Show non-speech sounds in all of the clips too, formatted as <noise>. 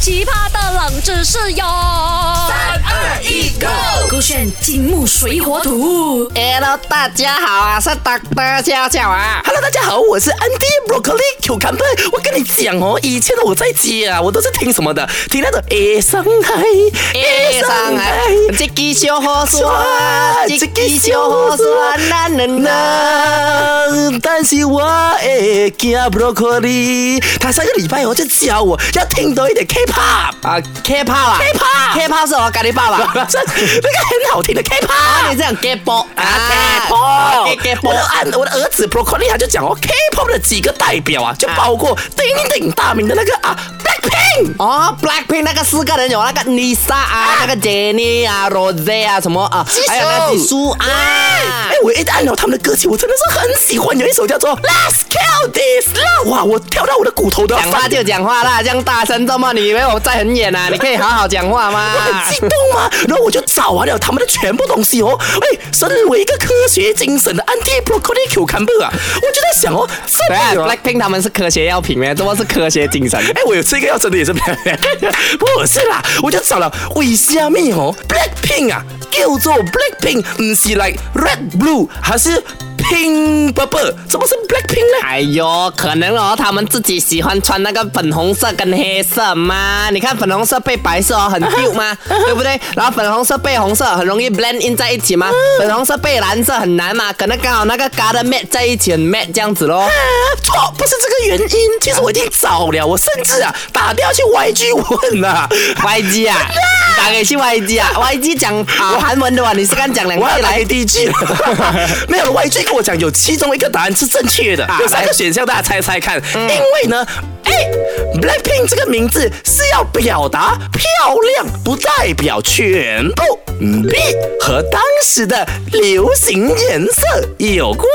奇葩的冷知识哟！三二一，Go！勾选金木水火土。 Hello，大家好啊，是 Doctor 家教啊。 Hello，大家好，我是 Andy Broccoli Q c a m p e r 我跟你讲哦，以前我在家，啊我都是听什么的？听那种爱上海，爱上海，这个小河酸，这个小河酸，啦啦啦。但是我会惊 Broccoli，他上个礼拜我哦就教我要听多一点 K-pop <laughs> 啊，K-pop 啊，K-pop， ，K-pop 是我咖喱爸爸。这那个很好听的 K-pop。哦你哦这样 get ball 啊，K-pop，我的按我的儿子 Broccoli 他就讲哦，K-pop 的几个代表啊，就包括鼎鼎大名的那个啊，Blackpink。哦，Blackpink 那个四个人有那个 Lisa 啊，那个 Jennie 啊，Rose 啊，什么啊，还有那几叔啊。哎，我一按了他们的歌曲，我真的是很喜欢，有一首叫做 Let's Kill This Love，哇，我跳到我的骨头都要讲话翻就讲话啦，这样大声这么，你以为我在很远啊？你可以好好讲话吗？我很激动嘛，然后我就找完了他们的全部东西哦。哎，身为一个科学精神的 anti broccoli cucumber 啊，我就在想哦， <laughs> 对啊真的有。 ，Blackpink 他们是科学药品咩？这么是科学精 <laughs> 神？哎，我有吃一个药，真的也是 <laughs> 不是啦，我就找了为虾米哦，Blackpink 啊，叫做 Blackpink，唔是 like red blue，还是 pink purple，怎么是 Blackpink 呢？哎呦，可能哦，他们自己喜欢穿那个粉红色跟黑色嘛。你看粉红色配白色哦， <laughs> 很 cute 吗？对不对？然后粉红色配红色很容易 blend in 在一起嘛。嗯粉红色配蓝色很难嘛，可能刚好那个 color match 在一起很 match 这样子 <laughs> 咯。啊错，不是这个原因。其实我已经找了，我甚至啊打掉去 YG 问啊， YG 啊，打给去 YG 啊，YG 讲啊韩文的话，你是刚讲两我要句来来。第一句了，没有了。YG 跟我讲有其中一个答案是正确的，有三个选项，大家猜猜看。因为呢，哎，Blackpink 这个名字是要表达漂亮，不代表全部。嗯 B 和当时的流行颜色有关。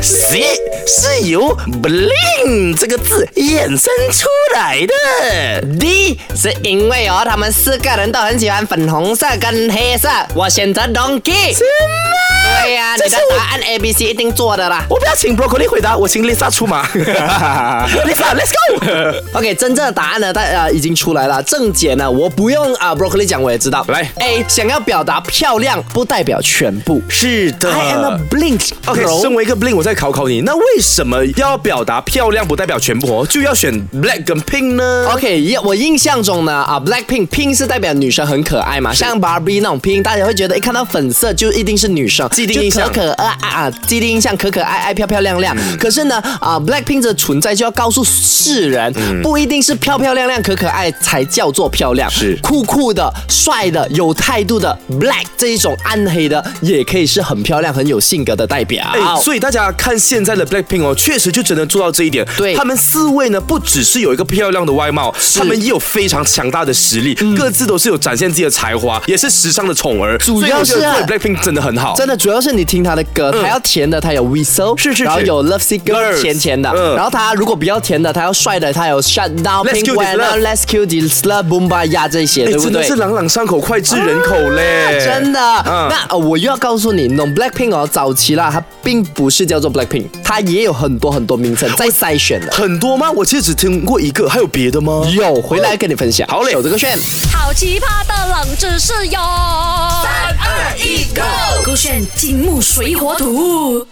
C 是由 bling 这个字衍生出来的。 D 是因为哦，他们四个人都很喜欢粉红色跟黑色，我选择 Donkey。真的？对呀、这你是的我答案 A B C 一定做的啦。我不要请 broccoli 回答，我请 Lisa 出 <laughs> 马。Lisa，let's go。 OK，真正的答案呢，大呃已经出来了。正解呢，我不用啊、broccoli 讲，我也知道。来，A 想要表达漂亮，不代表全部。 <laughs> 是的 I am a blink 呃 OK， bro 身为一个 bling，我再考考你，那为什么要表达漂亮不代表全部哦，就要选 black 跟 pink 呢 OK，一我印象中呢啊，Blackpink pink 是代表女生很可爱嘛，像 Barbie 那种 pink，大家会觉得一看到粉色就一定是女生，既定印象就可可爱爱啊，既定印象可可爱爱、漂漂亮亮。可是呢啊，Blackpink 的存在就要告诉世人，不一定是漂漂亮亮、可可爱才叫做漂亮，是酷酷的、帅的、有态度的 Black 这一种暗黑的，也可以是很漂亮、很有性格的代表。哎，所以大家看现在的 Blackpink 哦，确实就真的做到这一点。对他们四位呢，不只是有一个漂亮的外貌，他们也有非常强大的实力，各自都是有展现自己的才华，也是时尚的宠儿。主要是所以我觉啊得对 Blackpink 真的很好。嗯真的，主要是你听他的歌，他要甜的，他有 whistle，是是然后是有 love sick Girls， girl 甜甜的，嗯然后他如果比较甜的，他要帅的，他有 shut down Let's pink Kill This one，然后 Love let's kill this love boomba 呀这些，哎对不真的对啊是？朗朗上口，脍炙人口嘞、真的，嗯那呃我又要告诉你，No Blackpink 哦，早期啦，它并不是叫做 Blackpink，它也有很多很多名称在筛选的。很多吗？我其实只听过一个，还有别的吗？有，回来跟你分享。好嘞有这个炫。好奇葩的冷知识哟！三二一，Go！勾选金木水火土。